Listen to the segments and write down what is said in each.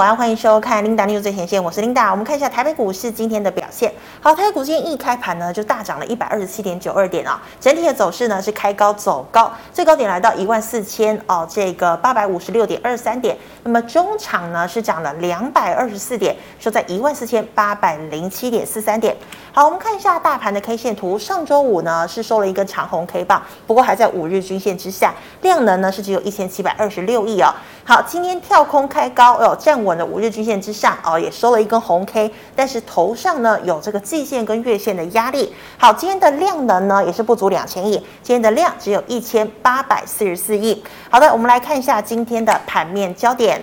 晚安，欢迎收看 Linda News 最前线，我是 Linda。我们看一下台北股市今天的表现。好，台北股今天一开盘呢，就大涨了一百二十七点九二点啊、整体的走势呢是开高走高，最高点来到一万四千哦，这个八百五十六点二三点。那么中场呢是涨了两百二十四点，收在一万四千八百零七点四三点。好，我们看一下大盘的 K 线图，上周五呢是收了一根长红 K 棒，不过还在五日均线之下，量能呢是只有一千七百二十六亿哦。好，今天跳空开高哦，站稳了五日均线之上哦，也收了一根红 K，但是头上呢有这个季线跟月线的压力。好，今天的量能呢也是不足两千亿，今天的量只有一千八百四十四亿。好的，我们来看一下今天的盘面焦点。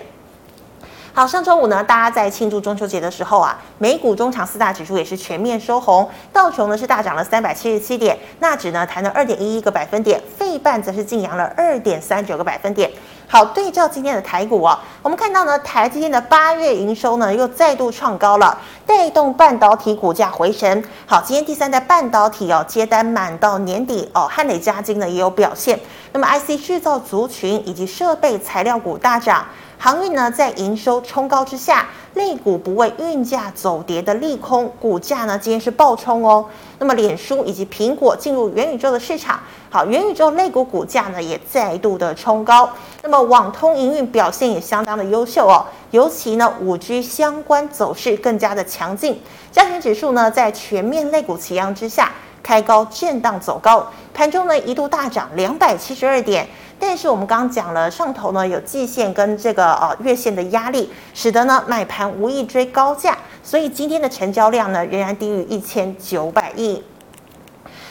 好，上周五呢，大家在庆祝中秋节的时候啊，美股中场四大指数也是全面收红，道琼呢是大涨了三百七十七点，纳指呢弹了二点一一个百分点，费半则是净扬了二点三九个百分点。好，对照今天的台股啊，我们看到呢，台积电的八月营收呢又再度创高了，带动半导体股价回升。好，今天第三代半导体哦接单满到年底哦，汉磊嘉金呢也有表现。那么 IC 制造族群以及设备材料股大涨。航运呢，在营收冲高之下，类股不为运价走跌的利空，股价呢今天是暴冲哦。那么，脸书以及苹果进入元宇宙的市场，好，元宇宙类股股价呢也再度的冲高。那么，网通营运表现也相当的优秀哦，尤其呢五 G 相关走势更加的强劲，加权指数呢在全面类股齐扬之下。开高震荡走高，盘中呢一度大涨两百七十二点，但是我们刚刚讲了，上头呢有季线跟这个呃月线的压力，使得呢买盘无意追高价，所以今天的成交量呢仍然低于一千九百亿。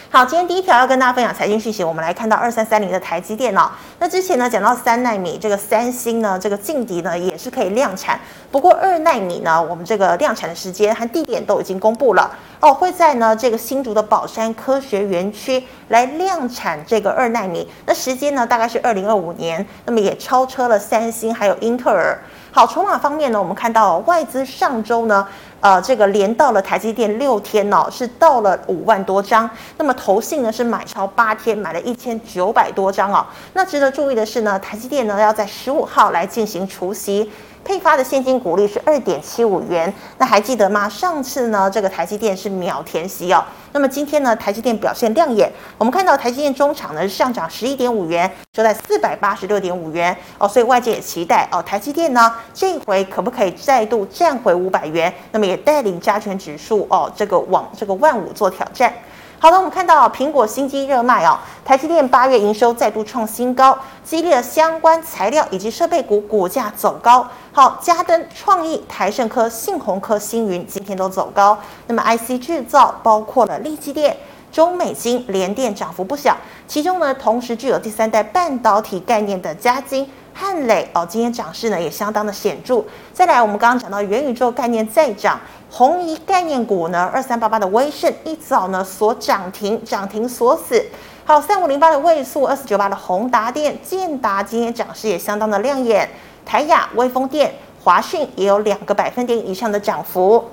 好，今天第一条要跟大家分享财经讯息，我们来看到二三三零的台积电哦。那之前呢讲到三纳米，这个三星呢，这个劲敌呢也是可以量产，不过二纳米呢，我们这个量产的时间和地点都已经公布了哦，会在呢这个新竹的宝山科学园区来量产这个二纳米，那时间呢大概是二零二五年，那么也超车了三星还有英特尔。好，筹码方面呢，我们看到、哦、外资上周呢。呃，这个连到了台积电六天哦，是到了五万多张。那么投信呢是买超八天，买了一千九百多张哦。那值得注意的是呢，台积电呢要在十五号来进行除息。配发的现金股利是二点七五元，那还记得吗？上次呢，这个台积电是秒填息哦。那么今天呢，台积电表现亮眼，我们看到台积电中场呢是上涨十一点五元，收在四百八十六点五元哦。所以外界也期待哦，台积电呢这一回可不可以再度站回五百元？那么也带领加权指数哦，这个往这个万五做挑战。好的，我们看到苹果新机热卖哦，台积电八月营收再度创新高，激励了相关材料以及设备股股价走高。好，嘉登、创意、台盛科、信鸿科、星云今天都走高。那么 IC 制造包括了力积电。中美金、联电涨幅不小，其中呢，同时具有第三代半导体概念的嘉金、汉磊哦，今天涨势呢也相当的显著。再来，我们刚刚讲到元宇宙概念再涨，红移概念股呢，二三八八的威盛一早呢所涨停，涨停锁死。好，三五零八的位数，二四九八的宏达电、建达今天涨势也相当的亮眼，台雅、威风电、华讯也有两个百分点以上的涨幅。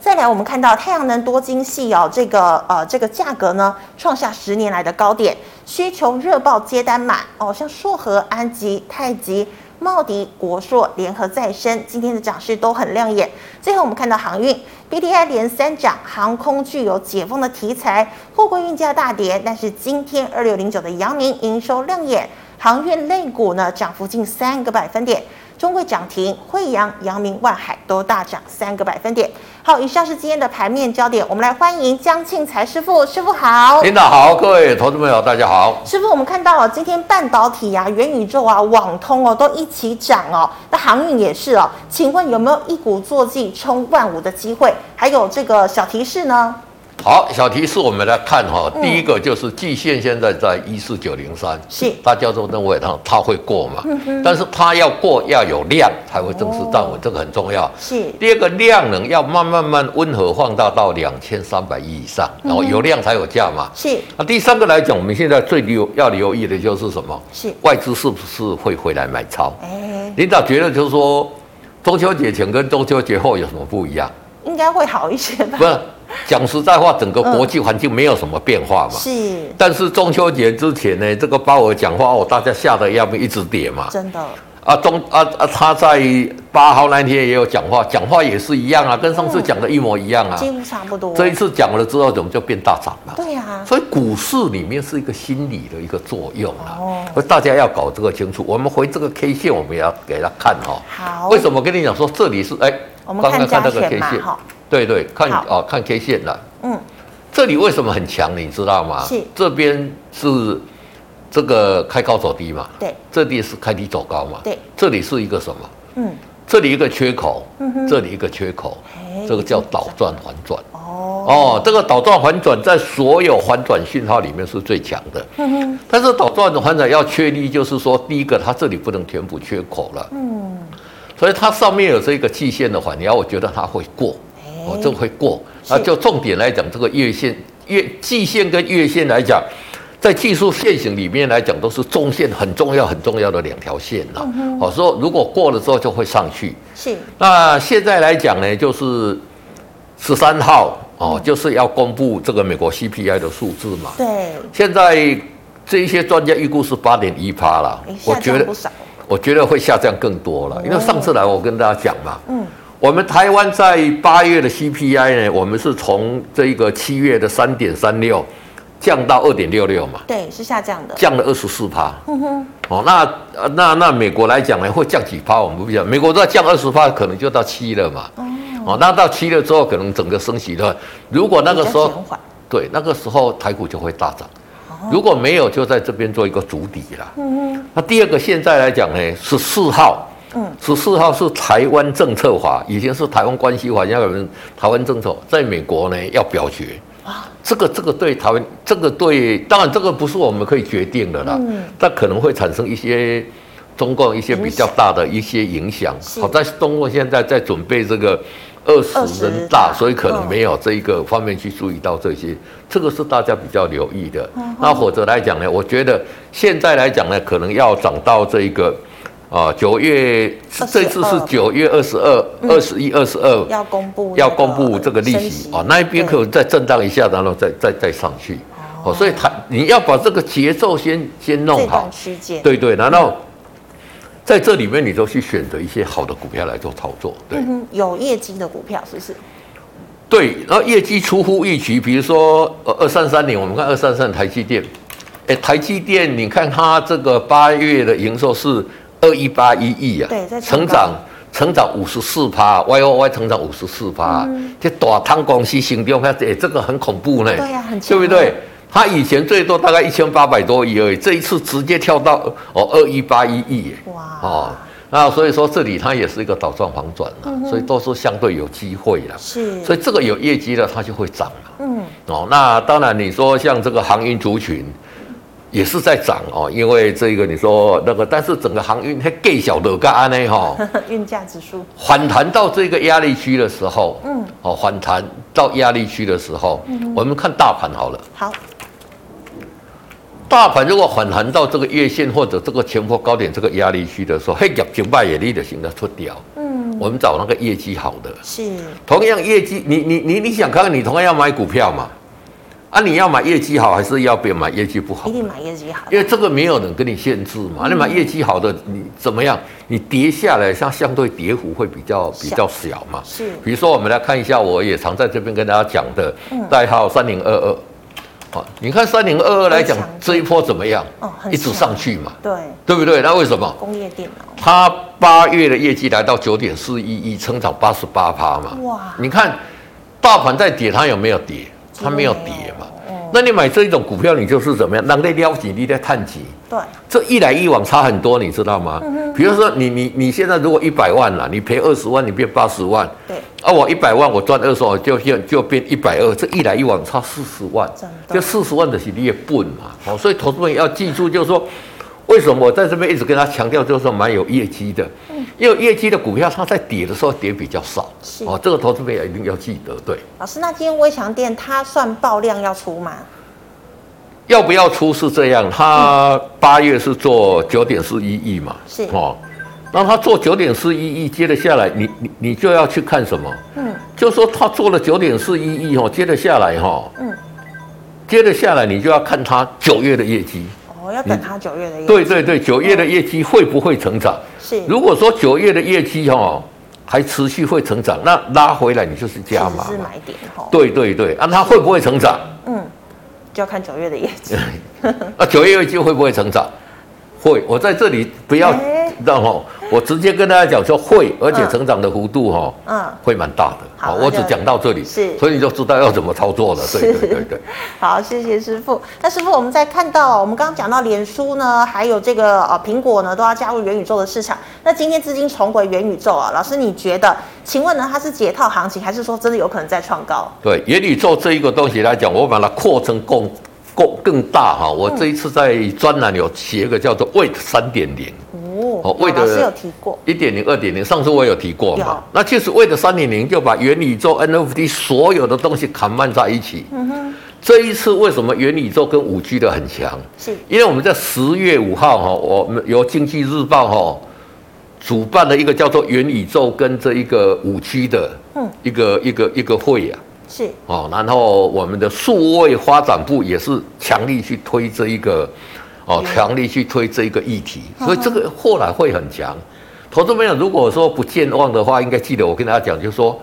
再来，我们看到太阳能多晶系哦，这个呃这个价格呢创下十年来的高点，需求热爆接单满哦，像硕和、安吉、太极、茂迪、国硕、联合再生今天的涨势都很亮眼。最后我们看到航运 B D I 连三涨，航空具有解封的题材，货柜运价大跌，但是今天二六零九的阳明营收亮眼，航运类股呢涨幅近三个百分点。中贵涨停，惠阳、阳明、万海都大涨三个百分点。好，以上是今天的盘面焦点，我们来欢迎江庆财师傅，师傅好。领导好，各位投资朋友大家好。师傅，我们看到哦，今天半导体啊、元宇宙啊、网通哦都一起涨哦，那航运也是哦。请问有没有一鼓作气冲万五的机会？还有这个小提示呢？好，小提示我们来看哈、嗯第一个就是季线现在在一四九零三，是嗯大家都认为它它会过嘛，但是它要过要有量才会正式站稳，哦这个很重要。是第二个量能要慢慢慢温和放大到两千三百亿以上，嗯然后有量才有价嘛。是那第三个来讲，我们现在最留要留意的就是什么？是，外资是不是会回来买超？哎，领导觉得就是说，中秋节前跟中秋节后有什么不一样？应该会好一些吧 不？是，讲实在话，整个国际环境没有什么变化嘛。嗯是，但是中秋节之前呢，这个鲍尔讲话哦，大家吓得要命，一直跌嘛。真的啊中啊啊，他在八号那天也有讲话，讲话也是一样啊，跟上次讲的一模一样啊。几乎差不多。这一次讲了之后，怎么就变大涨了？对呀，所以股市里面是一个心理的一个作用啊，哦所以大家要搞这个清楚。我们回这个 K 线，我们也要给他看哦。好，为什么跟你讲说这里是哎？我们看加权 K 嘛，线，哈，对对，看好哦，看 K 线了。嗯，这里为什么很强？你知道吗？是这边是这个开高走低嘛，对，这里是开低走高嘛，对，这里是一个什么？嗯，这里一个缺口，嗯哼这里一个缺口，哎这个叫倒转反转。 哦，哦，这个倒转反转在所有反转信号里面是最强 的。哼哼，但是倒转反转要确立，就是说，第一个它这里不能填补缺口了，嗯，所以它上面有这个季线的反压，我觉得它会过，哦哎，这个会过。是啊，就重点来讲，这个月线、月季线跟月线来讲，在技术线型里面来讲，都是中线很重要、很重要的两条线了。嗯好、所以如果过了之后就会上去。是，那现在来讲呢，就是十三号哦，嗯就是要公布这个美国 CPI 的数字嘛。对，现在这一些专家预估是八点一趴啦哎，下我觉降得不少，我觉得会下降更多了，因为上次来我跟大家讲嘛，哦嗯，我们台湾在八月的 CPI 呢，我们是从这个七月的三点三六降到二点六六嘛，对，是下降的，降了二十四趴。哼嗯哼，哦，那呃那那美国来讲呢，会降几趴？我们不讲，美国都要降二十趴，可能就到七了嘛。哦，那到七了之后，可能整个升息的，如果那个比较时候减缓，对那个时候台股就会大涨，如果没有，就在这边做一个主底啦。哦嗯哼，那第二个现在来讲呢，十四号，嗯，十四号是台湾政策法，以前是台湾关系法，现在我们台湾政策在美国呢要表决。啊这个这个对台湾，这个对，当然这个不是我们可以决定的啦，嗯但可能会产生一些中共一些比较大的一些影响。是好在中共现在在准备这个二十人大， 20所以可能嗯没有这一个方面去注意到这些，这个是大家比较留意的嗯哼。那或者来讲呢，我觉得现在来讲呢，可能要涨到这一个。啊，九月22这次是九月二十二、嗯二十一、二十二，要公布那个要公布这个利升息哦，那一边对可能再震荡一下，然后再再再上去哦，所以它你要把这个节奏先先这弄好段，区间，对对，然后在这里面你都去选择一些好的股票来做操作，对嗯哼，有业绩的股票是不是？对，然后业绩出乎预期，比如说呃二三三零，我们看二三三台积电，哎，台积电你看它这个八月的营收是二一八一亿啊，对在成成长长。成长五十四趴，Y O Y 成长五十四趴，这大汤公司行动，看这、哎这个很恐怖呢，嗯对呀很对强不啊对？它以前最多大概一千八百多亿而已，这一次直接跳到哦二一八一亿耶，哇哦，那所以说这里它也是一个倒转反转了、嗯所以都是相对有机会啦。是，所以这个有业绩的，它就会涨嘛。嗯， 哦，那当然你说像这个航运族群也是在涨哦，因为这个你说那个，但是整个航运它更小的个安呢哈，运价指数，反弹到这个压力区的时候，嗯，哦，反弹到压力区的时候，我们看大盘好了。好，大盘如果反弹到这个月线或者这个前波高点这个压力区的时候，嘿，业绩卖也力的行它出掉。嗯，我们找那个业绩好的，是，同样业绩，你你你你想看看，你同样要买股票嘛？啊，你要买业绩好还是要别买业绩不好一？定买业绩好的，因为这个没有人跟你限制嗯嘛，你买业绩好的，你怎么样？你跌下来，像相对跌幅会比较比较小嘛。是比如说，我们来看一下，我也常在这边跟大家讲的嗯代号三零二二，啊，你看三零二二来讲很强这一波怎么样哦？很一直强上去嘛，对，对不对？那为什么？工业电脑，它八月的业绩来到九点四一一，成长八十八趴嘛。哇你看大盘在跌，它有没有跌？它没有跌嘛。哦那你买这种股票，你就是怎么样？人在撩起，你在探几，对，这一来一往差很多，你知道吗？比如说你你你现在如果一百万啦，你赔二十万，你变八十万，对，啊，我一百万我赚二十万，就就就变一百二，这一来一往差四十万真，的这四十万的是劣笨嘛。哦，所以投资人要记住，就是说，为什么我在这边一直跟他强调，就是说蛮有业绩的，因为业绩的股票它在跌的时候跌比较少嗯是，哦，这个投资人也一定要记得，对，老师，那今天微强店它算爆量要出吗？要不要出是这样，他八月是做九点四一亿嘛，是哦，那他做九点四一亿，接了下来，你你你就要去看什么？嗯，就说他做了九点四一亿哦，接着下来哈、哦，嗯，接着下来你就要看他九月的业绩，哦，要等它九月的业绩。对对对，九月的业绩会不会成长？嗯是如果说九月的业绩哈、哦、还持续会成长，那拉回来你就是加码其实是嘛。买点哦，对对对，啊，它会不会成长？就要看九月的业绩。啊，九月业绩会不会成长？会，我在这里不要哎让哦，我直接跟大家讲说会，而且嗯成长的幅度哈、哦，嗯，会蛮大的。好哦那我只就讲到这里，是所以你就知道要怎么操作了。对对对对。好，谢谢师傅。那师傅，我们在看到我们刚刚讲到脸书呢，还有这个呃苹果呢，都要加入元宇宙的市场。那今天资金重回元宇宙啊，老师你觉得？请问呢，它是解套行情，还是说真的有可能再创高？对元宇宙这一个东西来讲，我把它扩成更更更大哈。嗯我这一次在专栏有写一个叫做 Wait 三点零。哦，哦为老的师有提过，一点零、二点零，上次我有提过有嘛？那其实为了三点零，就把元宇宙 NFT 所有的东西砍慢在一起。嗯哼，这一次为什么元宇宙跟五 G 的很强？是因为我们在十月五号哈，我们由经济日报哈主办了一个叫做元宇宙跟这一个五 G 的嗯一个、一个一个会啊。是，哦，然后我们的数位发展部也是强力去推这一个，哦，嗯强力去推这一个议题，所以这个后来会很强。投资朋友如果说不健忘的话，应该记得我跟大家讲，就是说，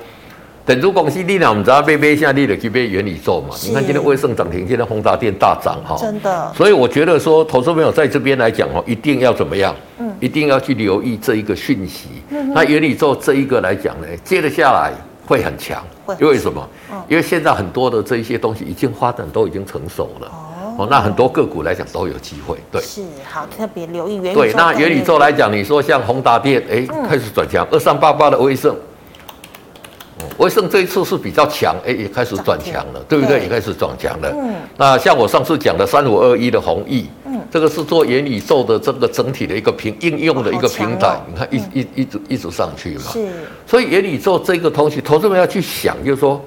等如公司力量，我们只要被被下力的去被元宇宙嘛。是你看今天威盛涨停，今天宏达电大涨哈、真的所以我觉得说，投资朋友在这边来讲哦，一定要怎么样？嗯，一定要去留意这一个讯息。那元宇宙这一个来讲呢，接着下来会很强嗯会，很因为什么？因为现在很多的这一些东西已经发展都已经成熟了。哦，那很多个股来讲都有机会，对。是好，特别留意元宇宙。嗯对，那元宇宙来讲，你说像宏达电，哎、开始转强，二三八八的威盛，哦威盛这一次是比较强，哎、也开始转强了，对不对？对也开始转强了。嗯那像我上次讲的三五二一的弘毅，嗯这个是做元宇宙的这个整体的一个平应用的一个平哇台，好强哦你看一一一直一直上去嘛。是所以元宇宙这个东西，投资人要去想，就是说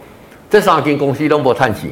这三间公司都不探息，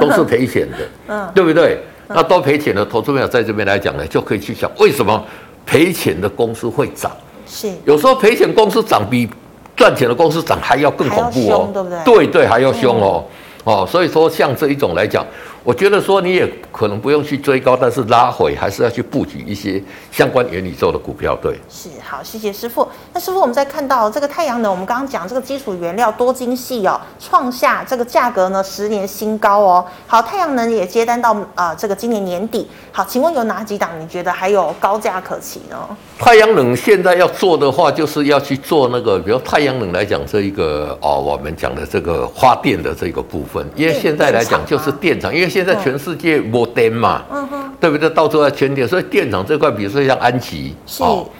都是赔钱的， 嗯对不对？那都赔钱的投资朋友在这边来讲呢，就可以去想为什么赔钱的公司会涨？是有时候赔钱公司涨比赚钱的公司涨还要更恐怖还要哦凶，对不嗯对对对，还要凶哦。哦，所以说像这一种来讲，我觉得说你也可能不用去追高，但是拉回还是要去布局一些相关元宇宙的股票，对。是好，谢谢师傅。那师傅，我们在看到这个太阳能，我们刚刚讲这个基础原料多晶系哦，创下这个价格呢十年新高哦。好，太阳能也接单到呃这个今年年底。好，请问有哪几档你觉得还有高价可期呢？太阳能现在要做的话，就是要去做那个，比如太阳能来讲，这一个哦，我们讲的这个发电的这个部分，因为电现在来电讲厂就吗是电厂，因为现在嗯全世界没电嘛，嗯哼，对不对？到处要圈电，所以电厂这块，比如说像安琪，哦是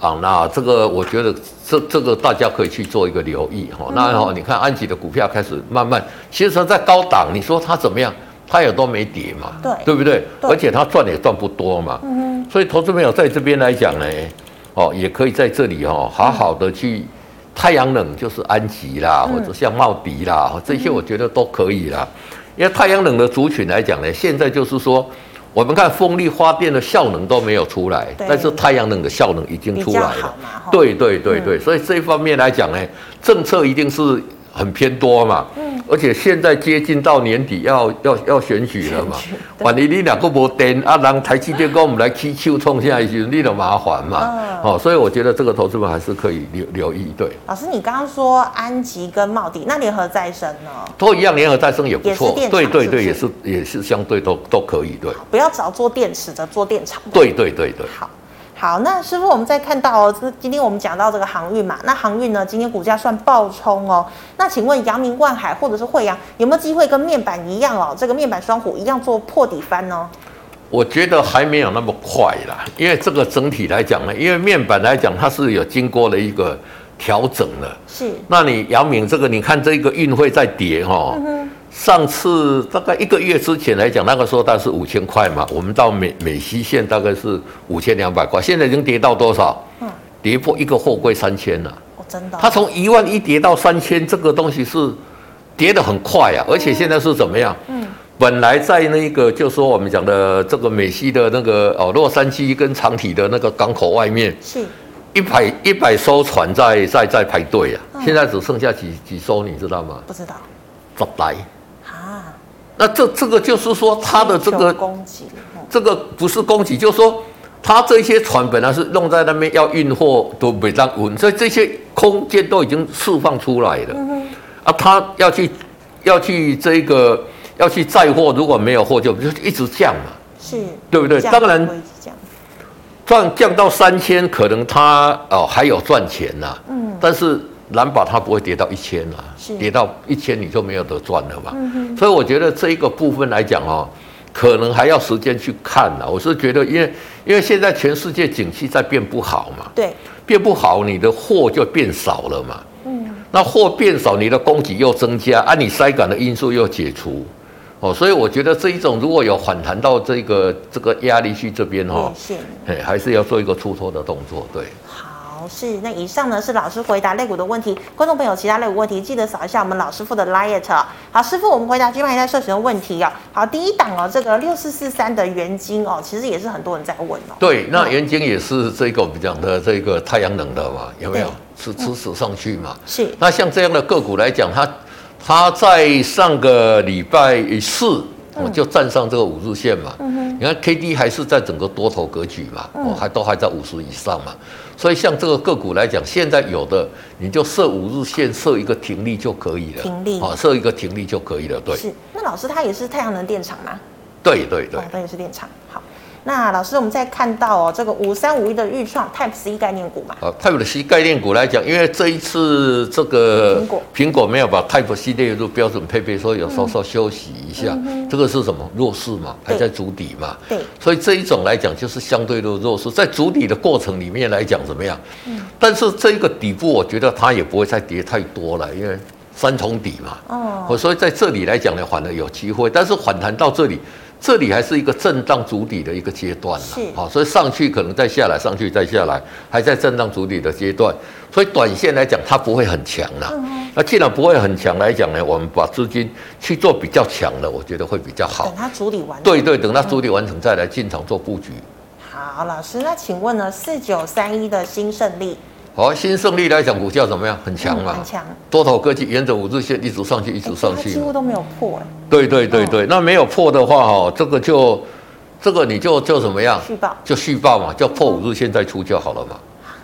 啊，那这个我觉得这这个大家可以去做一个留意哈、嗯那哈、你看安琪的股票开始慢慢，其实在高档，你说它怎么样？它也都没跌嘛，对对不对？对而且它赚也赚不多嘛，嗯所以投资朋友在这边来讲呢，哦，也可以在这里哦，好好的去太阳能，就是安吉啦，嗯或者像茂迪啦，哦这些我觉得都可以啦。因为太阳能的族群来讲呢，现在就是说，我们看风力发电的效能都没有出来，对但是太阳能的效能已经比出较来好嗯了。嘛，哈，对对对对，所以这一方面来讲呢，政策一定是很偏多嘛。嗯，而且现在接近到年底要要要选举了嘛选举，对万一你两个无电啊，人台积电跟我们来起手冲下去，你就麻烦嗯嘛。哦，所以我觉得这个投资们还是可以留留意，对，老师，你刚刚说安吉跟茂迪，那联合再生呢？都一样，联合再生也不错也是电，厂对是对不对，是也是也是相对都都可以，对，不要找做电池的，做电厂的。对对对对。好，好，那师傅，我们再看到哦，这今天我们讲到这个航运嘛，那航运呢，今天股价算爆冲哦。那请问阳明、万海或者是惠阳有没有机会跟面板一样哦，这个面板双虎一样做破底翻哦呢？我觉得还没有那么快啦，因为这个整体来讲呢，因为面板来讲，它是有经过了一个调整的，是，那你杨敏这个，你看这个运费在跌哈、上次大概一个月之前来讲，那个时候大概是五千块嘛，我们到美美西线大概是五千两百块，现在已经跌到多少？嗯跌破一个货柜三千了。哦，真的哦、它从一万一跌到三千，这个东西是跌得很快啊，而且现在是怎么样？嗯，本来在那个就说我们讲的这个美西的那个哦，洛杉矶跟长体的那个港口外面，是一百一百艘船在在在排队啊，现在只剩下几几艘，你知道吗？不知道十来啊，那这这个就是说它的这需求个供给，嗯这个不是供给，就是说它这些船本来是弄在那边要运货都没让运，所以这些空间都已经释放出来了。嗯啊，他要去要去这个要去载货，如果没有货就就一直降嘛，是，对不对这样当然会这样降降到三千，可能他哦还有赚钱呐、嗯，但是难保它不会跌到一千啊是，跌到一千你就没有得赚了嘛。所以我觉得这一个部分来讲哦，可能还要时间去看啊。我是觉得，因为因为现在全世界景气在变不好嘛，对，变不好，你的货就变少了嘛。那货变少，你的供给又增加，啊，你塞港的因素又解除，哦，所以我觉得这一种如果有反弹到这个这个压力区这边哦也，是。嘿，还是要做一个出脱的动作，对。好，是那以上呢是老师回答类股的问题，观众朋友其他类股问题记得扫一下我们老师傅的 liet 哦。好，师傅，我们回答今晚一代社群的问题哦。好，第一档哦，这个六四四三的原金哦，其实也是很多人在问哦。对，那嗯原晶也是这个我们讲的这个太阳能的嘛，有没有对？嗯是支持上去嘛？是那像这样的个股来讲，它它在上个礼拜四。嗯我就站上这个五日线嘛，你看 K D 还是在整个多头格局嘛，嗯哦，还都还在五十以上嘛，所以像这个个股来讲，现在有的你就设五日线，设一个停利就可以了，停利哦，设一个停利就可以了，对，是，那老师他也是太阳能电厂吗？对对对哦，，他也是电厂。好，那老师我们再看到哦，这个五三五一的预创 Type 十一概念股嘛，啊，Type C 概念股来讲，因为这一次这个苹果没有把 Type C 列入标准配备，所以有稍稍休息一下。这个是什么弱势嘛，还嗯对在筑底嘛。对，所以这一种来讲，就是相对的弱势，在筑底的过程里面来讲怎么样？嗯但是这个底部，我觉得它也不会再跌太多了，因为三重底嘛。哦，我所以在这里来讲呢，反而有机会，但是反弹到这里，这里还是一个震荡主底的一个阶段啦是好、所以上去可能再下来，上去再下来，还在震荡主底的阶段，所以短线来讲它不会很强啦。嗯那既然不会很强来讲呢，我们把资金去做比较强的，我觉得会比较好等。它处理完。对。对，等它主底完成再来进场做布局。好，老师，那请问呢，四九三一的新胜利好，新胜利来讲股价怎么样？很强嗯嘛，很强，多头科技沿着五日线一直上去，一直哎上它去几嘛。乎都没有破哎，对对对对，那没有破的话哦，这个就这个你就就怎么样？续报就续报嘛，就破五日线再出就好了嘛。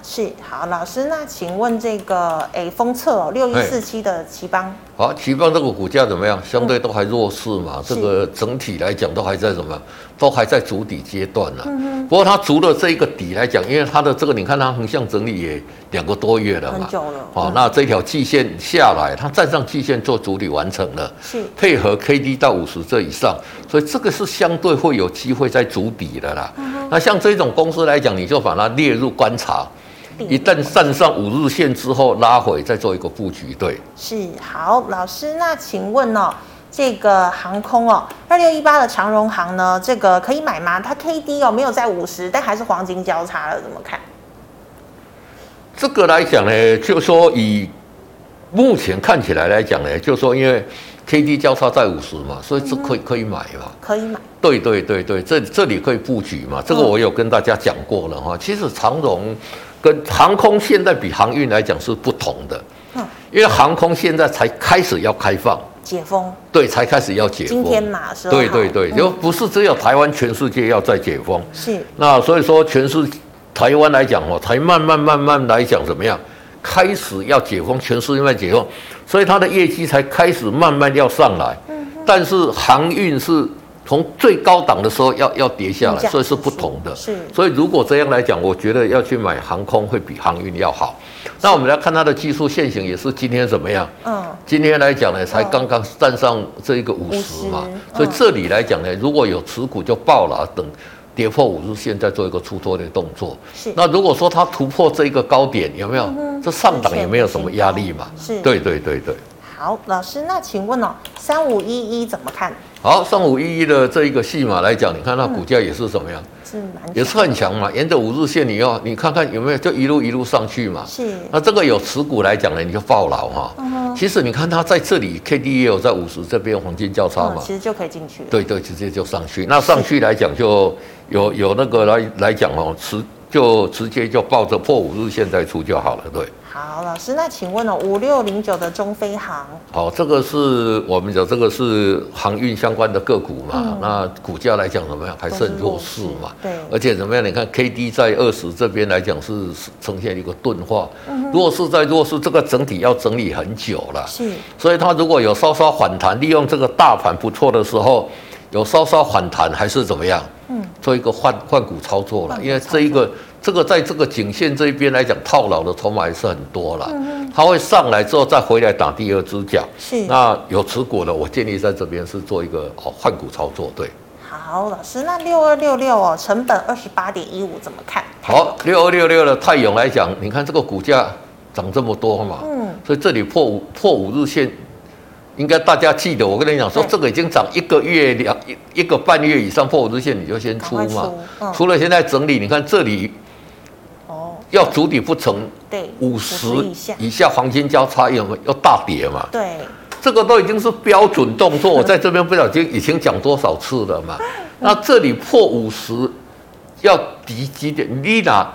是好，老师，那请问这个哎封测哦，六一四七的奇邦好，奇邦啊这个股价怎么样？相对都还弱势嘛，这个整体来讲都还在什么？都还在筑底阶段呢、嗯不过它筑了这一个底来讲，因为它的这个你看它横向整理也两个多月了嘛，很久了哦嗯，那这条季线下来，它站上季线做主底完成了。是配合 K D 到五十这以上，所以这个是相对会有机会在筑底的啦。那像这种公司来讲，你就把它列入观察，定一旦站上五日线之后拉回，再做一个布局。对，是好，老师，那请问哦，这个航空哦，二六一八的长荣航呢，这个可以买吗？它 K D 哦没有在五十，但还是黄金交叉了，怎么看？这个来讲呢，就说以目前看起来来讲呢，就说因为 K D 交叉在五十嘛，所以这可以可以买嘛。可以买，对对对对，这这里可以布局嘛？嗯这个我有跟大家讲过了哈。其实长荣跟航空现在比航运来讲是不同的，嗯，因为航空现在才开始要开放，解封，对，才开始要解封。今天嘛，12对号对对，嗯就不是只有台湾，全世界要再解封。是那所以说，全世台湾来讲哦，才慢慢慢慢来讲怎么样，开始要解封，全世界在解封，所以它的业绩才开始慢慢要上来。但是航运是从最高档的时候要要跌下定价来，所以是不同的。是所以如果这样来讲，我觉得要去买航空会比航运要好。那我们来看它的技术线型，也是今天怎么样？嗯，今天来讲呢，才刚刚站上这一个五十嘛哦50嗯，所以这里来讲呢，如果有持股就爆了啊，等跌破五日线再做一个出脱的动作。是嗯那如果说它突破这一个高点，有没有？这上档也没有什么压力嘛。是对对对对。好，老师，那请问哦，三五一一怎么看？好，上午一一的这一个戏码来讲，你看它股价也是怎么样，是蛮也是很强嘛，沿着五日线你要你看看有没有，就一路一路上去嘛。是那这个有持股来讲呢，你就爆牢哈。嗯其实你看它在这里，K D E 也有在五十这边黄金交叉嗯嘛，其实就可以进去了。对对，直接就上去。那上去来讲，就有有那个来来讲哦，持就直接就抱着破五日线再出就好了，对。好，老师，那请问哦，五六零九的中飞航，好、这个是我们讲这个是航运相关的个股嘛，那股价来讲怎么样，还是很弱势嘛。都是弱势对而且怎么样？你看 K D 在二十这边来讲是是呈现一个钝化，弱势在弱势，这个整体要整理很久了。是所以它如果有稍稍反弹，利用这个大盘不错的时候，有稍稍反弹还是怎么样？嗯，做一个换换股操作换了，股因为操这一个这个在这个颈线这一边来讲，套牢的筹码还是很多了。它会上来之后再回来打第二只脚。嗯是那有持股的，我建议在这边是做一个好换股操作，对。好，老师，那六二六六哦，成本二十八点一五怎么看？好，六二六六的泰永来讲，你看这个股价涨这么多嘛，嗯，所以这里破五破五日线，应该大家记得，我跟你讲说，对这个已经涨一个月两一一个半月以上破五日线，你就先出赶快嘛出。嗯除了现在整理，你看这里哦，要主底不成，对，五十50以下，以下黄金交叉有没有要大跌嘛？对，这个都已经是标准动作，我在这边不小心已经讲多少次了 嘛。那这里破五十，要低几点？你哪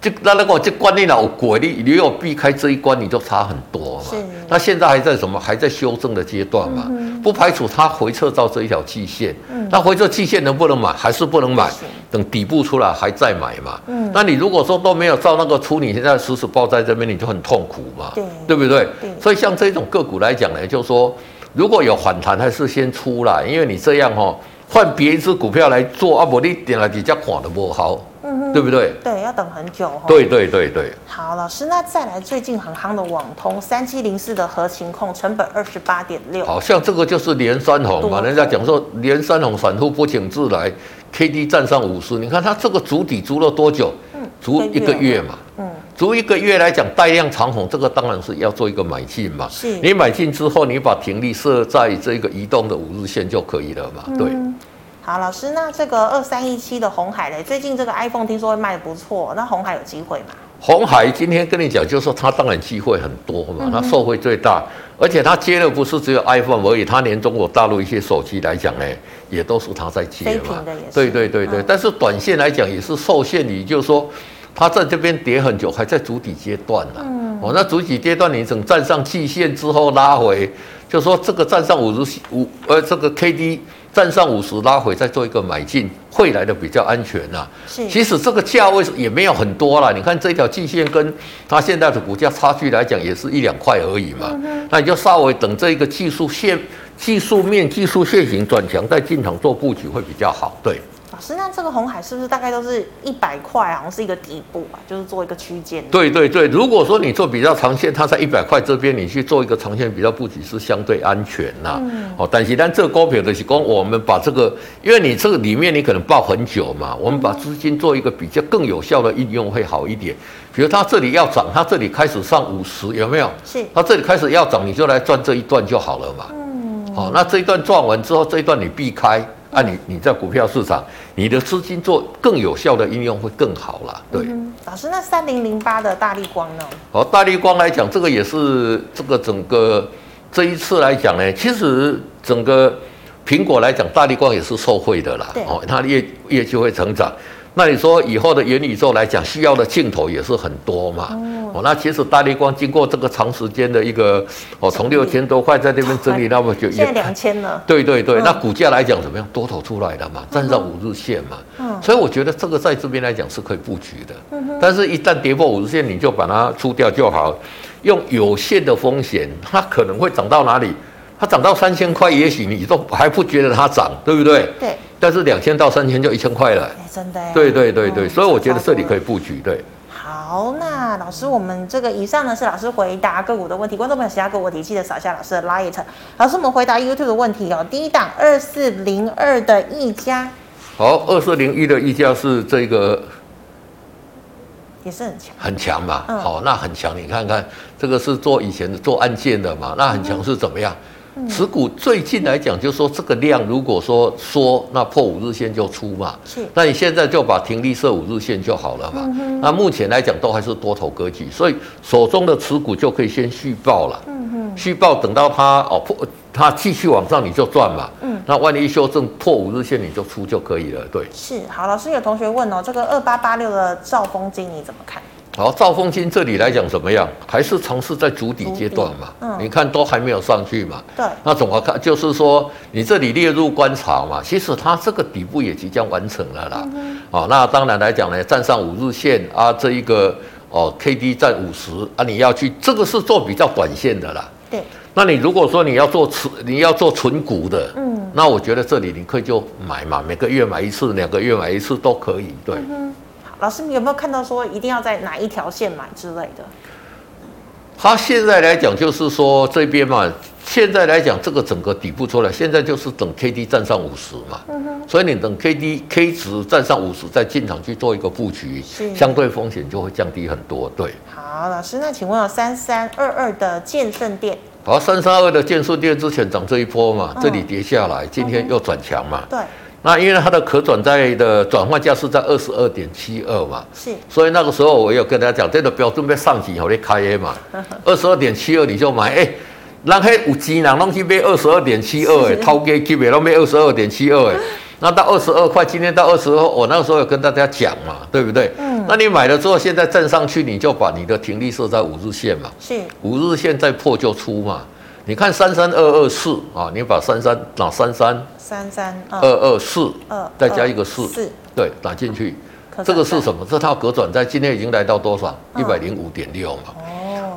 就那那个这关你哪有鬼？你你有避开这一关，你就差很多嘛是。那现在还在什么？还在修正的阶段嘛。嗯不排除它回撤到这一条季线。那回撤季线能不能买？还是不能买是？等底部出来还再买嘛。嗯那你如果说都没有照那个出，你现在死死抱在这边，你就很痛苦嘛。对对不对？对所以像这种个股来讲呢，就是说如果有反弹，还是先出来，因为你这样哦，换别一只股票来做，啊，不你点了比较垮的不好，嗯哼，对不对？对，要等很久哦。对对对对，好，老师，那再来最近很夯的网通三七零四的核情控，成本二十八点六，好像这个就是连三红多嘛，头人家讲说连三红反复不请自来，K D 站上五十，你看它这个足底足了多久？嗯足一个月了嘛，嗯，足一个月来讲，带量长红，这个当然是要做一个买进嘛。是你买进之后，你把停利设在这个移动的五日线就可以了嘛。对，嗯好，老师，那这个二三一七的红海嘞，最近这个 iPhone 听说会卖得不错，那红海有机会吗？红海今天跟你讲，就是说它当然机会很多嗯嘛，它受惠最大，而且它接的不是只有 iPhone 而已，它连中国大陆一些手机来讲，呢，也都是它在接非嘛屏的也是。对对对对，嗯但是短线来讲也是受限于，就是说它在这边跌很久，还在主体阶段呢、嗯哦，那主体阶段你等站上季线之后拉回，就说这个站上五十五，呃，这个 K D 站上五十拉回，再做一个买进，会来的比较安全啊呐、是其实这个价位也没有很多啦，你看这条季线跟它现在的股价差距来讲，也是一两块而已嘛。那你就稍微等这一个技术线、技术面、技术线型转强，再进场做布局会比较好。对，老师，那这个红海是不是大概都是一百块，好像是一个底部啊，就是做一个区间？对对对。如果说你做比较长线，它在一百块这边，你去做一个长线比较布局是相对安全啦。哦，但是但这个股票的是光我们把这个，因为你这个里面你可能抱很久嘛，我们把资金做一个比较更有效的运用会好一点。比如它这里要涨，它这里开始上五十，有没有？是它这里开始要涨，你就来赚这一段就好了嘛。嗯，好、那这一段赚完之后，这一段你避开，啊你，你在股票市场，你的资金做更有效的应用会更好啦。对，嗯老师，那三零零八的大力光呢？好、大力光来讲，这个也是这个整个这一次来讲呢，其实整个苹果来讲，大力光也是受惠的啦对。哦，它的业业绩会成长。那你说以后的元宇宙来讲，需要的镜头也是很多嘛？哦，那其实大力光经过这个长时间的一个哦，整从理六千多块在这边整理，那么就现在也两千了，对对嗯对，那股价来讲怎么样？多头出来了嘛，站上五日线嘛，嗯所以我觉得这个在这边来讲是可以布局的。但是，一旦跌破五日线，你就把它出掉就好，用有限的风险，它可能会涨到哪里？它涨到三千块，也许你都还不觉得它涨，对不对？对，但是两千到三千就一千块了。哎，真的哎，对对对对，嗯所以我觉得这里可以差布局。嗯不多对，了好，那老师，我们这个以上呢是老师回答个股的问题，观众朋友其他个股问题记得扫一下老师的 light。老师，我们回答 YouTube 的问题哦，第一档二四零二的一家好，二四零一的溢价是这个也是很强，很强嘛，嗯好、那很强，你看看这个是做以前的做案件的嘛，那很强是怎么样？嗯持股最近来讲，就是说这个量如果说缩，那破五日线就出嘛。是那你现在就把停利设五日线就好了嘛。嗯那目前来讲都还是多头格局，所以手中的持股就可以先续报了。嗯哼。续报等到它哦破，它继续往上你就赚嘛。嗯那万一修正破五日线你就出就可以了。对，是好，老师有同学问哦，这个二八八六的兆丰金你怎么看？好，兆丰金这里来讲怎么样？还是尝试在主底阶段嘛。嗯你看都还没有上去嘛。对，那怎么看？就是说，你这里列入观察嘛，其实它这个底部也即将完成了啦。嗯哦，那当然来讲呢，站上五日线啊，这一个哦 K D 站五十啊，你要去这个是做比较短线的啦。对，那你如果说你要做持，你要做纯股的，嗯，那我觉得这里你可以就买嘛，每个月买一次，两个月买一次都可以。对，好老师你有没有看到说一定要在哪一条线买之类的？它现在来讲就是说这边嘛，现在来讲这个整个底部出来，现在就是等 K D 站上五十嘛，嗯所以你等 K D K 值站上五十再进场去做一个布局是，相对风险就会降低很多。对，好，老师，那请问有哦三三二二的建顺店，好，三三二的建设店之前涨这一波嘛，嗯这里跌下来，今天又转强嘛，对，那因为它的可转债的转换价是在二十二点七二嘛，是所以那个时候我有跟大家讲，这个标准被上级好咧开 A 嘛，二十二点七二你就买，哎、人迄有钱人拢去买二十二点七二，哎，头家去买拢买二十二点七二，哎，那到二十二块，今天到二十二，我那个时候有跟大家讲嘛，对不对？嗯那你买了之后，现在站上去，你就把你的停利设在五日线嘛，是，五日线再破就出嘛。你看三三二二四啊，你把三三打三三三三二二二四，二，再加一个四，四，对，打进去。可这个转是债什么？这套可转债今天已经来到多少？一嗯百零五点六嘛。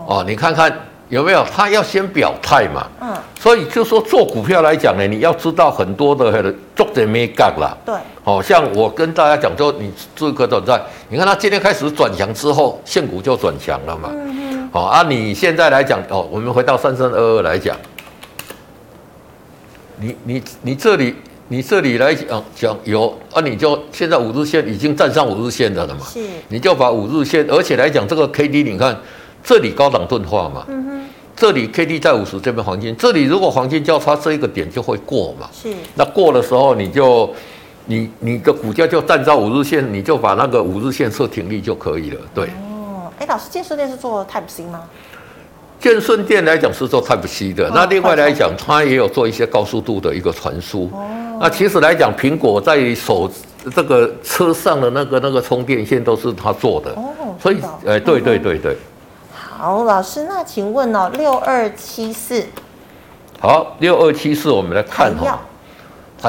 哦，哦，你看看有没有？他要先表态嘛。嗯，所以就说做股票来讲呢，你要知道很多的做的没干啦。对，哦，像我跟大家讲，就你做可转债，你看它今天开始转强之后，现股就转强了嘛。嗯好、啊，你现在来讲哦，我们回到三三二二来讲，你你你这里你这里来讲讲有啊，你就现在五日线已经站上五日线的了嘛哼，，是，你就把五日线，而且来讲这个 K D，你看这里高档钝化嘛，嗯哼，这里 K D 在五十这边黄金，这里如果黄金交叉这一个点就会过嘛，是，那过的时候你就。你你的股价就站在五日线，你就把那个五日线设停利就可以了。对，哦，哎，老师，建顺店是做 Type C 吗？建顺店来讲是做 Type C 的哦，那另外来讲，它也有做一些高速度的一个传输。哦，那其实来讲，苹果在手这个车上的那个那个充电线都是它做的，哦，所以知道，哎，对对对对，好，老师，那请问哦，六二七四好，六二七四我们来看药哈，，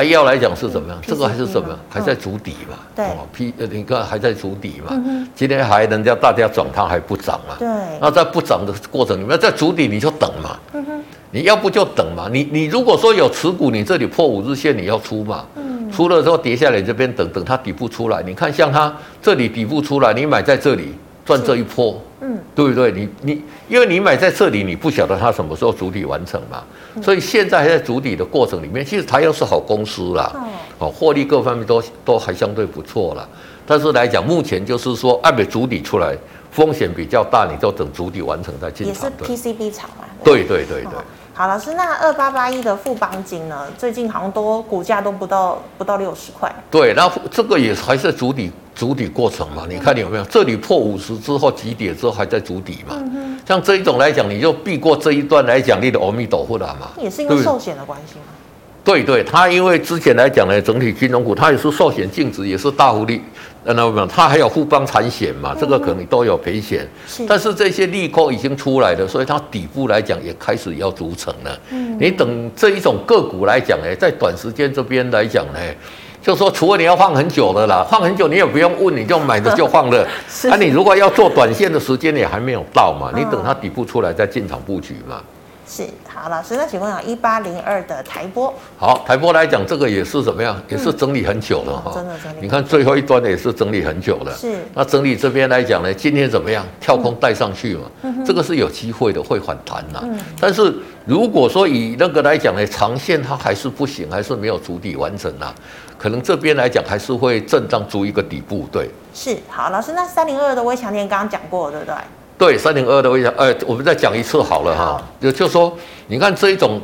台药来讲是怎么样？ PCB 这个还是怎么嘛样？嗯还在筑底嘛？对哦，P 呃你看还在筑底嘛嗯哼？今天还人家大家涨，它还不涨嘛？对，那在不涨的过程里面，在筑底你就等嘛。嗯哼，你要不就等嘛，你你如果说有持股，你这里破五日线你要出嘛，嗯出了之后跌下来你这边等等它底部出来，你看像它这里底部出来，你买在这里赚这一波，嗯，对不对？你你因为你买在这里，你不晓得它什么时候主体完成嘛，嗯所以现在还在主体的过程里面，其实它又是好公司啦，嗯哦，获利各方面都都还相对不错啦。但是来讲，目前就是说，按美主体出来风险比较大，你就等主体完成再进也是场。对 PCB 厂嘛，对对对对哦。好，老师，那二八八一的富邦金呢？最近好像都股价都不到不到六十块，对，那这个也还是主底主底过程嘛？你看你有没有？这里破五十之后几点之后还在主底嘛？嗯像这一种来讲，你就避过这一段来讲，你的阿弥陀佛了嘛？也是因对为不对寿险的关系吗？对对，它因为之前来讲呢，整体金融股它也是寿险净值也是大幅利，呃，那么它还有富邦产险嘛，这嗯个可能都有赔险。是但是这些利空已经出来了，所以它底部来讲也开始要组成了。嗯你等这一种个股来讲呢，在短时间这边来讲呢，就说除了你要放很久的啦，放很久你也不用问，你就买的就放了 是。啊，你如果要做短线的时间也还没有到嘛，你嗯等它底部出来再进场布局嘛。是，好，老师，那请问啊，一八零二的台波，好，台波来讲，这个也是怎么样，也是整理很久了哈、嗯真的整理你看最后一端也是整理很久了。是嗯那整理这边来讲呢，今天怎么样？跳空带上去嘛，这个是有机会的，会反弹呐、嗯但是如果说以那个来讲呢，长线它还是不行，还是没有主底完成啊，可能这边来讲还是会震荡出一个底部，对。是，好，老师，那三零二的微强电刚刚讲过，对不对？对，三零二的微笑，呃，我们再讲一次好了哈好。也就是说，你看这一种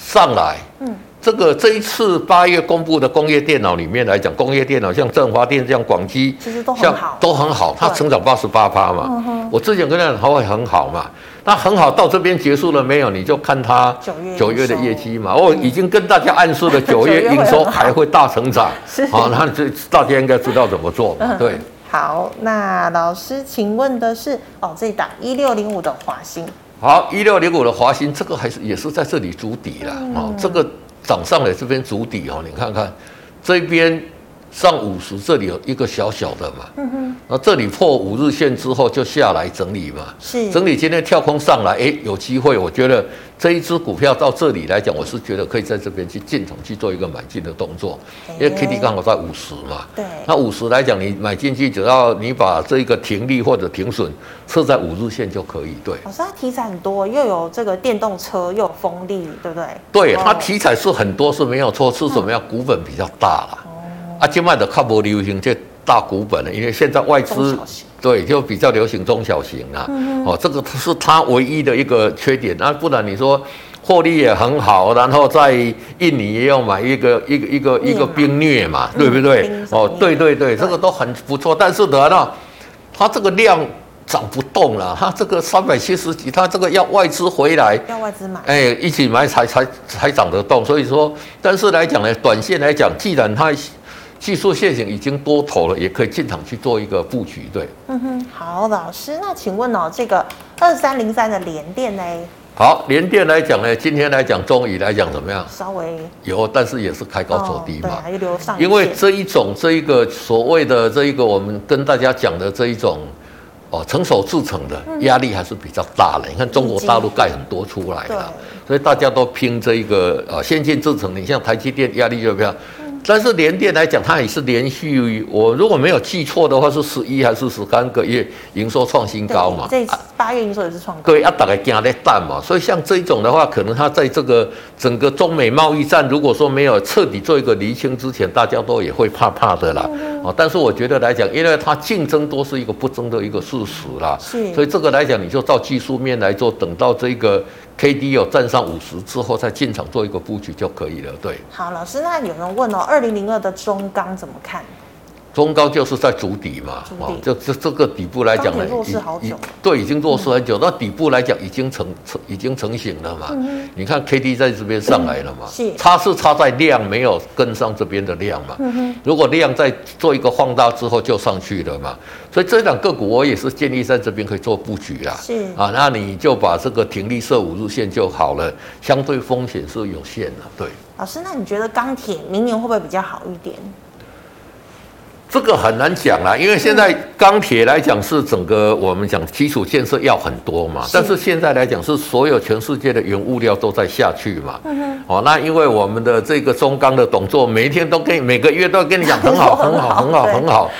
上来，嗯，这个这一次八月公布的工业电脑里面来讲，工业电脑像振华电、像广基，其实都很像好都很好，它对嗯成长八十八趴嘛。我之前跟大家讲它会很好嘛，那很好，到这边结束了没有？你就看它九月营九月的业收绩嘛。哦，已经跟大家暗示了九 九月月会营很收好还会大成长 是，嗯好，那这大家应该知道怎么做嘛。对，好，那老师，请问的是哦，这一档一六零五的华兴，好，一六零五的华兴，这个还是也是在这里筑底啦。嗯哦，这个涨上来这边筑底哦，你看看这边上五十，这里有一个小小的嘛，嗯哼，那这里破五日线之后就下来整理嘛，是整理今天跳空上来，诶，有机会，我觉得这一只股票到这里来讲，我是觉得可以在这边去进场去做一个买进的动作，因为哎 K D 刚好在五十嘛，对那五十来讲，你买进去只要你把这个停利或者停损设在五日线就可以，对。老师，它题材很多，又有这个电动车，又有风力，对不对？对，它哦题材是很多是没有错，是怎么样？股本比较大啦。哦啊，今麦的看不流行这大股本了，因为现在外中资小型嗯对就比较流行中小型啊。哦，这个是它唯一的一个缺点啊，不然你说。获利也很好，然后在印尼也有买一个一个一个一镍嘛个冰镍嘛，对不对啊嗯冰？什么哦，对对对，对这个都很不错。但是呢，那它这个量涨不动了，它这个三百七十几，它这个要外资回来，要外资买，哎、一起买才才才涨得动。所以说，但是来讲呢，短线来讲，既然它技术陷阱已经多头了，也可以进场去做一个布局。对，嗯哼，好，老师，那请问哦，这个二三零三的联电呢，好，联电来讲呢，今天来讲，终于来讲怎么样？稍微有，但是也是开高走低对嘛啊，。又留上影线，因为这一种这一个所谓的这一个我们跟大家讲的这一种哦成熟制成的压力还是比较大的。你看中国大陆盖很多出来了，所以大家都拼这一个呃先进制成。你像台积电压力就比较，嗯但是联电来讲，它也是连续我如果没有记错的话是十一还是十三个月营收创新对高嘛。这啊八月营收也是创高，各位啊，大概惊在淡嘛，所以像这一种的话，可能它在这个整个中美贸易战，如果说没有彻底做一个厘清之前，大家都也会怕怕的啦。哦，但是我觉得来讲，因为它竞争多是一个不争的一个事实啦，是所以这个来讲，你就照技术面来做，等到这个 K D 有站上五十之后，再进场做一个布局就可以了。对，好，老师，那有人问哦，二零零二的中钢怎么看？中高就是在筑底嘛筑，底哦，就这这个底部来讲钢呢铁弱，势已好久嗯已了对，已经弱势很久。那底部来讲已经成成已经成型了嘛。你看 K D 在这边上来了嘛，嗯是嗯差是差在量没有跟上这边的量嘛。如果量在做一个放大之后就上去了嘛，所以这两个股我也是建议在这边可以做布局啦。是啊，那你就把这个停利设五日线就好了，相对风险是有限的，对。老师，那你觉得钢铁明年会不会比较好一点？这个很难讲啊啦，因为现在钢铁来讲是整个我们讲基础建设要很多嘛是，但是现在来讲是所有全世界的原物料都在下去嘛。嗯哦，那因为我们的这个中钢的董座每一天都跟你每个月都跟你讲 很好很好很好对嗯很好，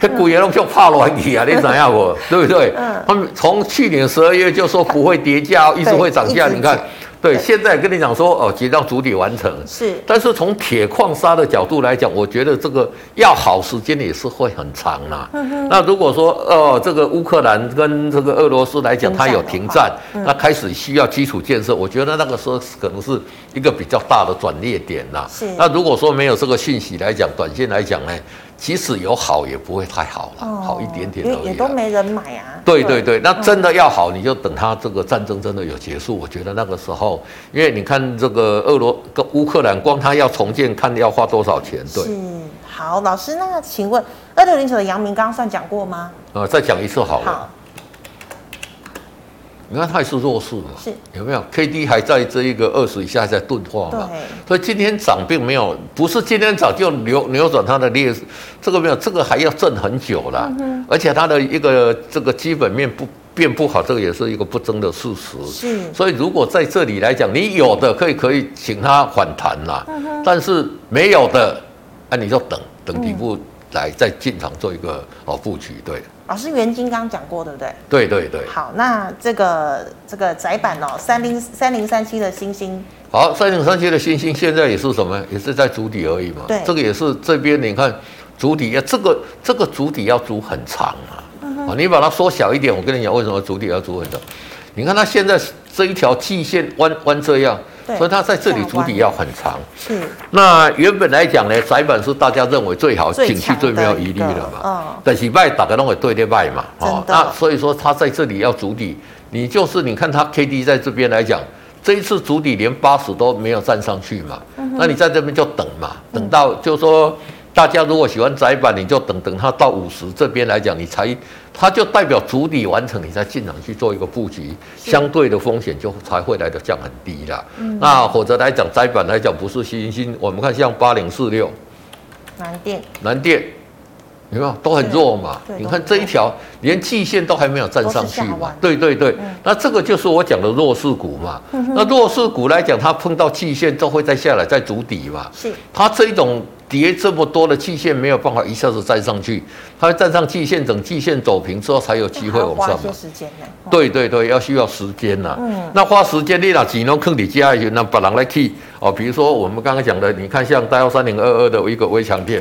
那股也弄就怕乱去啊，你怎 样我对不对？他们从去年十二月就说不会跌价，一直会涨价，一直你看讲，对，对现在跟你讲说哦，直到主体完成，是但是从铁矿砂的角度来讲，我觉得这个要好时间也是会很长啦、嗯那如果说呃，这个乌克兰跟这个俄罗斯来讲，停战它有的停话嗯战，那开始需要基础建设，我觉得那个时候可能是一个比较大的转捩点啦、是那如果说没有这个讯息来讲，短线来讲呢，即使有好也不会太好了，好一点点因而为哦已啦。啊也都没人买啊。对对对，那真嗯的要好，你就等他这个战争真的有结束。我觉得那个时候，因为你看这个俄罗跟乌克兰，光他要重建，看要花多少钱。对，是好，老师，那请问二六零九的阳明刚刚算讲过吗？呃，再讲一次好了。好，你看它也是弱势嘛，是有没有？K D 还在这一个二十以下还在钝化嘛对，所以今天涨并没有，不是今天涨就扭扭转它的劣势，这个没有，这个还要震很久嗯啦。而且它的一个这个基本面不变不好，这个也是一个不争的事实。是所以如果在这里来讲，你有的可以可以请它反弹啦，嗯但是没有的，啊你就等等底部来再进场做一个哦布局，对老师元金刚讲过，对不对？对对对。好，那这个这个窄板哦，三零三零三七的星星好，三零三七的星星现在也是什么？也是在主底而已嘛。对这个也是这边你看主底哎要这个这个主底要主很长啊。嗯啊，你把它缩小一点，我跟你讲为什么主底要主很长。你看它现在这一条季线弯弯这样对，所以它在这里主底要很长。是那原本来讲呢，窄板是大家认为最好、最景气强的最没有疑虑一个的嘛。嗯但是卖打个弄给对的卖嘛，哦啊真的那所以说它在这里要筑底，你就是你看它 K D 在这边来讲，这一次主底连八十都没有站上去嘛，那你在这边就等嘛，等到就说大家如果喜欢窄板，你就等等它到五十这边来讲，你才它就代表主底完成，你再进场去做一个布局，相对的风险就才会来的降很低啦。那否则来讲窄板来讲不是新兴，我们看像八零四六南电南电。有没有都很弱嘛对？对你看这一条连季线都还没有站上去都是下嘛弯？嗯对对对，那这个就是我讲的弱势股嘛。那弱势股来讲，它碰到季线都会再下来，再筑底嘛。是它这一种跌这么多的季线没有办法一下子站上去，它会站上季线，等季线走平之后才有机会还要往上花一嘛些。时间呢。 哦，对对对，要需要时间呐、嗯那花时间你哪只能坑你加一些，那把人来替哦。比如说我们刚刚讲的，你看像大幺三零二二的一个微强电，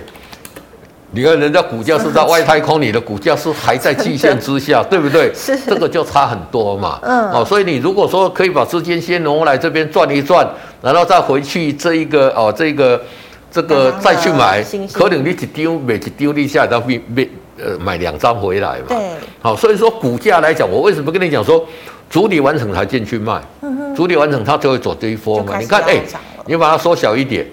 你看人家股价是在外太空，你的股价是还在季线 之下，对不对？是这个就差很多嘛。嗯哦，所以你如果说可以把资金先挪来这边转一转，然后再回去这一个哦，这个这个刚啊刚的再去买星，星可能你一丢每一丢你下来，然后买买呃买两张回来嘛。对好，所以说股价来讲，我为什么跟你讲说，主体完成才进去卖，主体完成它就会走这一波嗯就嘛。开始你看，哎、要涨了你把它缩小一点，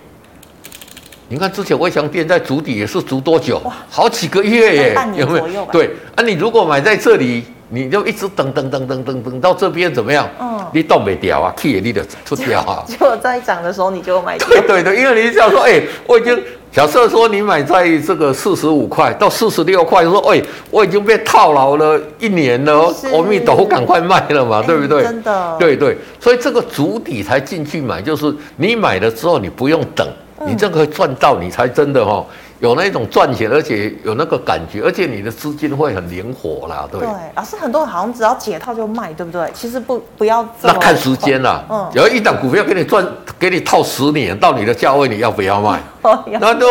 你看之前微强店在主底也是足多久？好几个月耶半，年有没左右有吧？对，啊，你如果买在这里，你就一直等等等等等等到这边怎么样？嗯你倒没掉啊，气也你的出掉啊。结果在涨的时候你就买进，对对对，因为你想说，哎、我已经假设说你买在这个四十五块到四十六块，说，哎、我已经被套牢了一年了是，我米豆赶快卖了嘛，哎对不对？真的对对，所以这个主底才进去买，就是你买了之后你不用等，嗯你这个赚到，你才真的哈、哦、有那种赚钱，而且有那个感觉，而且你的资金会很灵活啦，对。对，老师很多人好像只要解套就卖，对不对？其实不不要这那么看时间啦、嗯有一档股票给你赚，给你套十年，到你的价位，你要不要卖？ 哦要那 都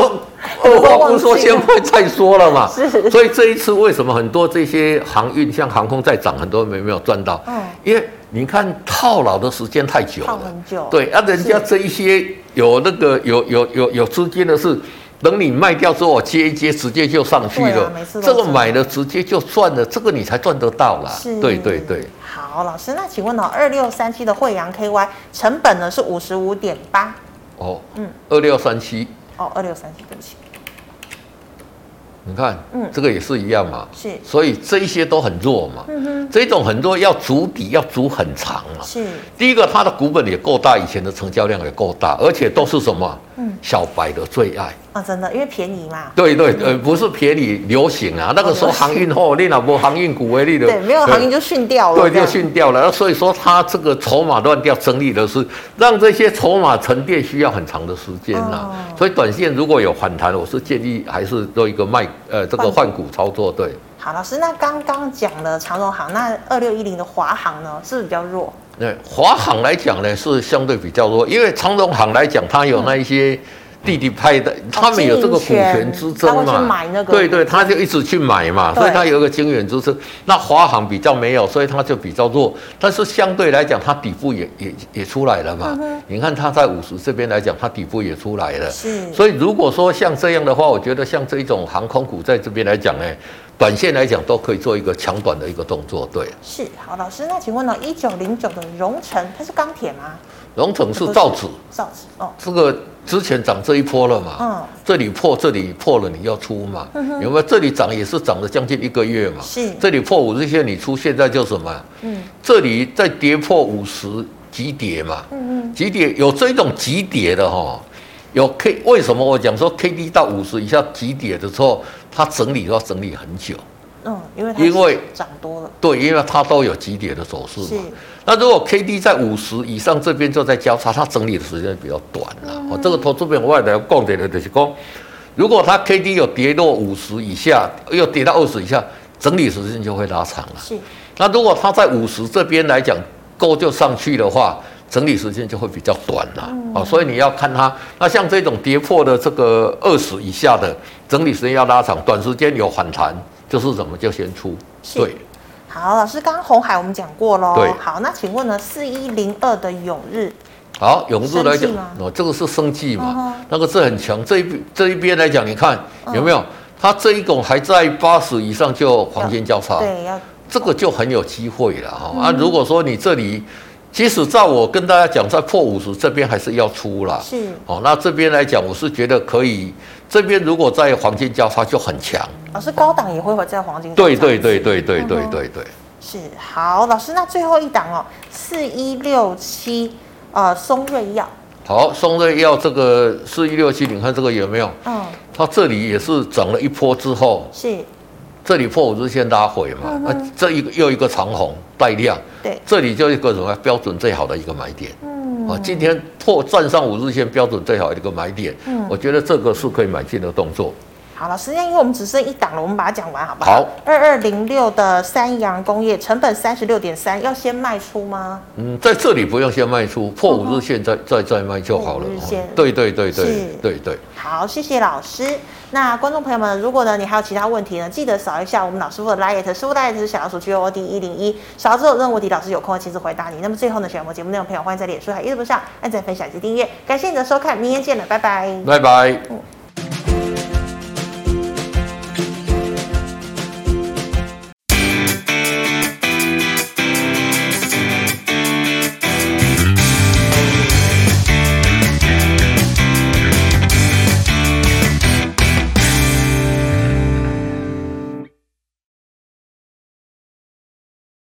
二话不说，先会再说了嘛。是所以这一次为什么很多这些航运，像航空在涨，很多人没没有赚到？嗯因为你看套牢的时间太久了，套很久对，啊，人家是这一些有那个有有有有资金的是。等你卖掉之后，接一接，直接就上去对了啊。每次都这个这样买了直接就赚了，这个你才赚得到啦。是，对对对。。好，老师，那请问哦，二六三七的惠阳 KY 成本呢是五十五点八哦，嗯嗯，二六三七，哦，二六三七，对不起，你看，嗯这个也是一样嘛。是所以这一些都很弱嘛。嗯哼，这种很多要筑底要筑很长嘛。是第一个，它的股本也够大，以前的成交量也够大，而且都是什么？嗯小白的最爱。啊，真的，因为便宜嘛，对对，呃，不是便宜流行啊，那个时候航运后，你老婆航运股为例的，对，没有行情就训掉了，对，这就样训掉了。那所以说，它这个筹码乱掉，整理的是让这些筹码沉淀需要很长的时间哦呐、所以短线如果有反弹，我是建议还是做一个卖呃这个换股操作。对，好，老师，那刚刚讲了长荣行，那二六一零的华航呢，是不是比较弱？那华航来讲呢是相对比较弱，因为长荣航来讲，它有那一些。弟弟派的，他们有这个股权之争嗯哦他会去嘛买那？个对对，他就一直去买嘛，所以对他有一个经源之争。那华航比较没有，所以它就比较弱。但是相对来讲，它底部也也也出来了嗯嘛。你看它在五十这边来讲，它底部也出来了。是，所以如果说像这样的话，我觉得像这一种航空股在这边来讲，呢，短线来讲都可以做一个强短的一个动作。对，是好，老师，那请问呢，哦一九零九的荣成，它是钢铁吗？荣成是造纸，造纸哦，这个之前涨这一波了嘛，嗯这里破这里破了你要出嘛，有没有？这里涨也是涨了将近一个月嘛，是这里破五日线你出，现在就什么？嗯这里再跌破五十急跌嘛，嗯急跌有这种急跌的哈、有 K 为什么我讲说 K D 到五十以下急跌的时候，它整理要整理很久，嗯，因为它因为涨多了，对，因为它都有急跌的走势是嘛。那如果 K D 在五十以上这边就在交叉，它整理的时间比较短了。哦，这个投资品我来讲的就是讲，如果它 K D 有跌落五十以下，又跌到二十以下，整理时间就会拉长了。是那如果它在五十这边来讲够就上去的话，整理时间就会比较短啦、啊。所以你要看它，那像这种跌破的这个二十以下的整理时间要拉长，短时间有反弹就是怎么就先出，是对。好，老师，刚刚红海我们讲过喽对。好，那请问呢，四一零二的永日好，永志来生讲计吗，哦，这个是生计嘛，嗯哼那个是很强。这一边这一边来哦讲，你看有没有？它这一拱还在八十以上就黄金交叉，对要嗯这个就很有机会了哈、啊，如果说你这里，即使照我跟大家讲，在破五十这边还是要出啦。是哦，那这边来讲，我是觉得可以，这边如果在黄金交叉就很强。老师高档也会在黄金对对对对对对对嗯对。是好，老师，那最后一档哦，四一六七，呃，松瑞药，好，松瑞药这个四一六七，你看这个有没有？嗯，它这里也是涨了一波之后，是这里破五日线拉回嗯嘛，那、这一个又一个长红带量，对，这里就一个什么标准最好的一个买点。嗯，啊，今天破站上五日线标准最好的一个买点，嗯我觉得这个是可以买进的动作。好，老师，那因为我们只剩一档了，我们把它讲完好不好？好，二二零六的三洋工业成本三十六点三，要先卖出吗？嗯，在这里不用先卖出，破五日线再再再卖就好了破五日线。对对对对是对对，好，谢谢老师。那观众朋友们，如果呢你还有其他问题呢，记得扫一下我们老师傅的 liet，师傅 liet 是小老鼠 G O D 一零一，扫了之后有任何问题，老师有空会亲自回答你。那么最后呢，喜欢我们节目内容的朋友，欢迎在脸书还有 YouTube 上按赞、分享及订阅。感谢你的收看，明天见了，拜拜。拜拜。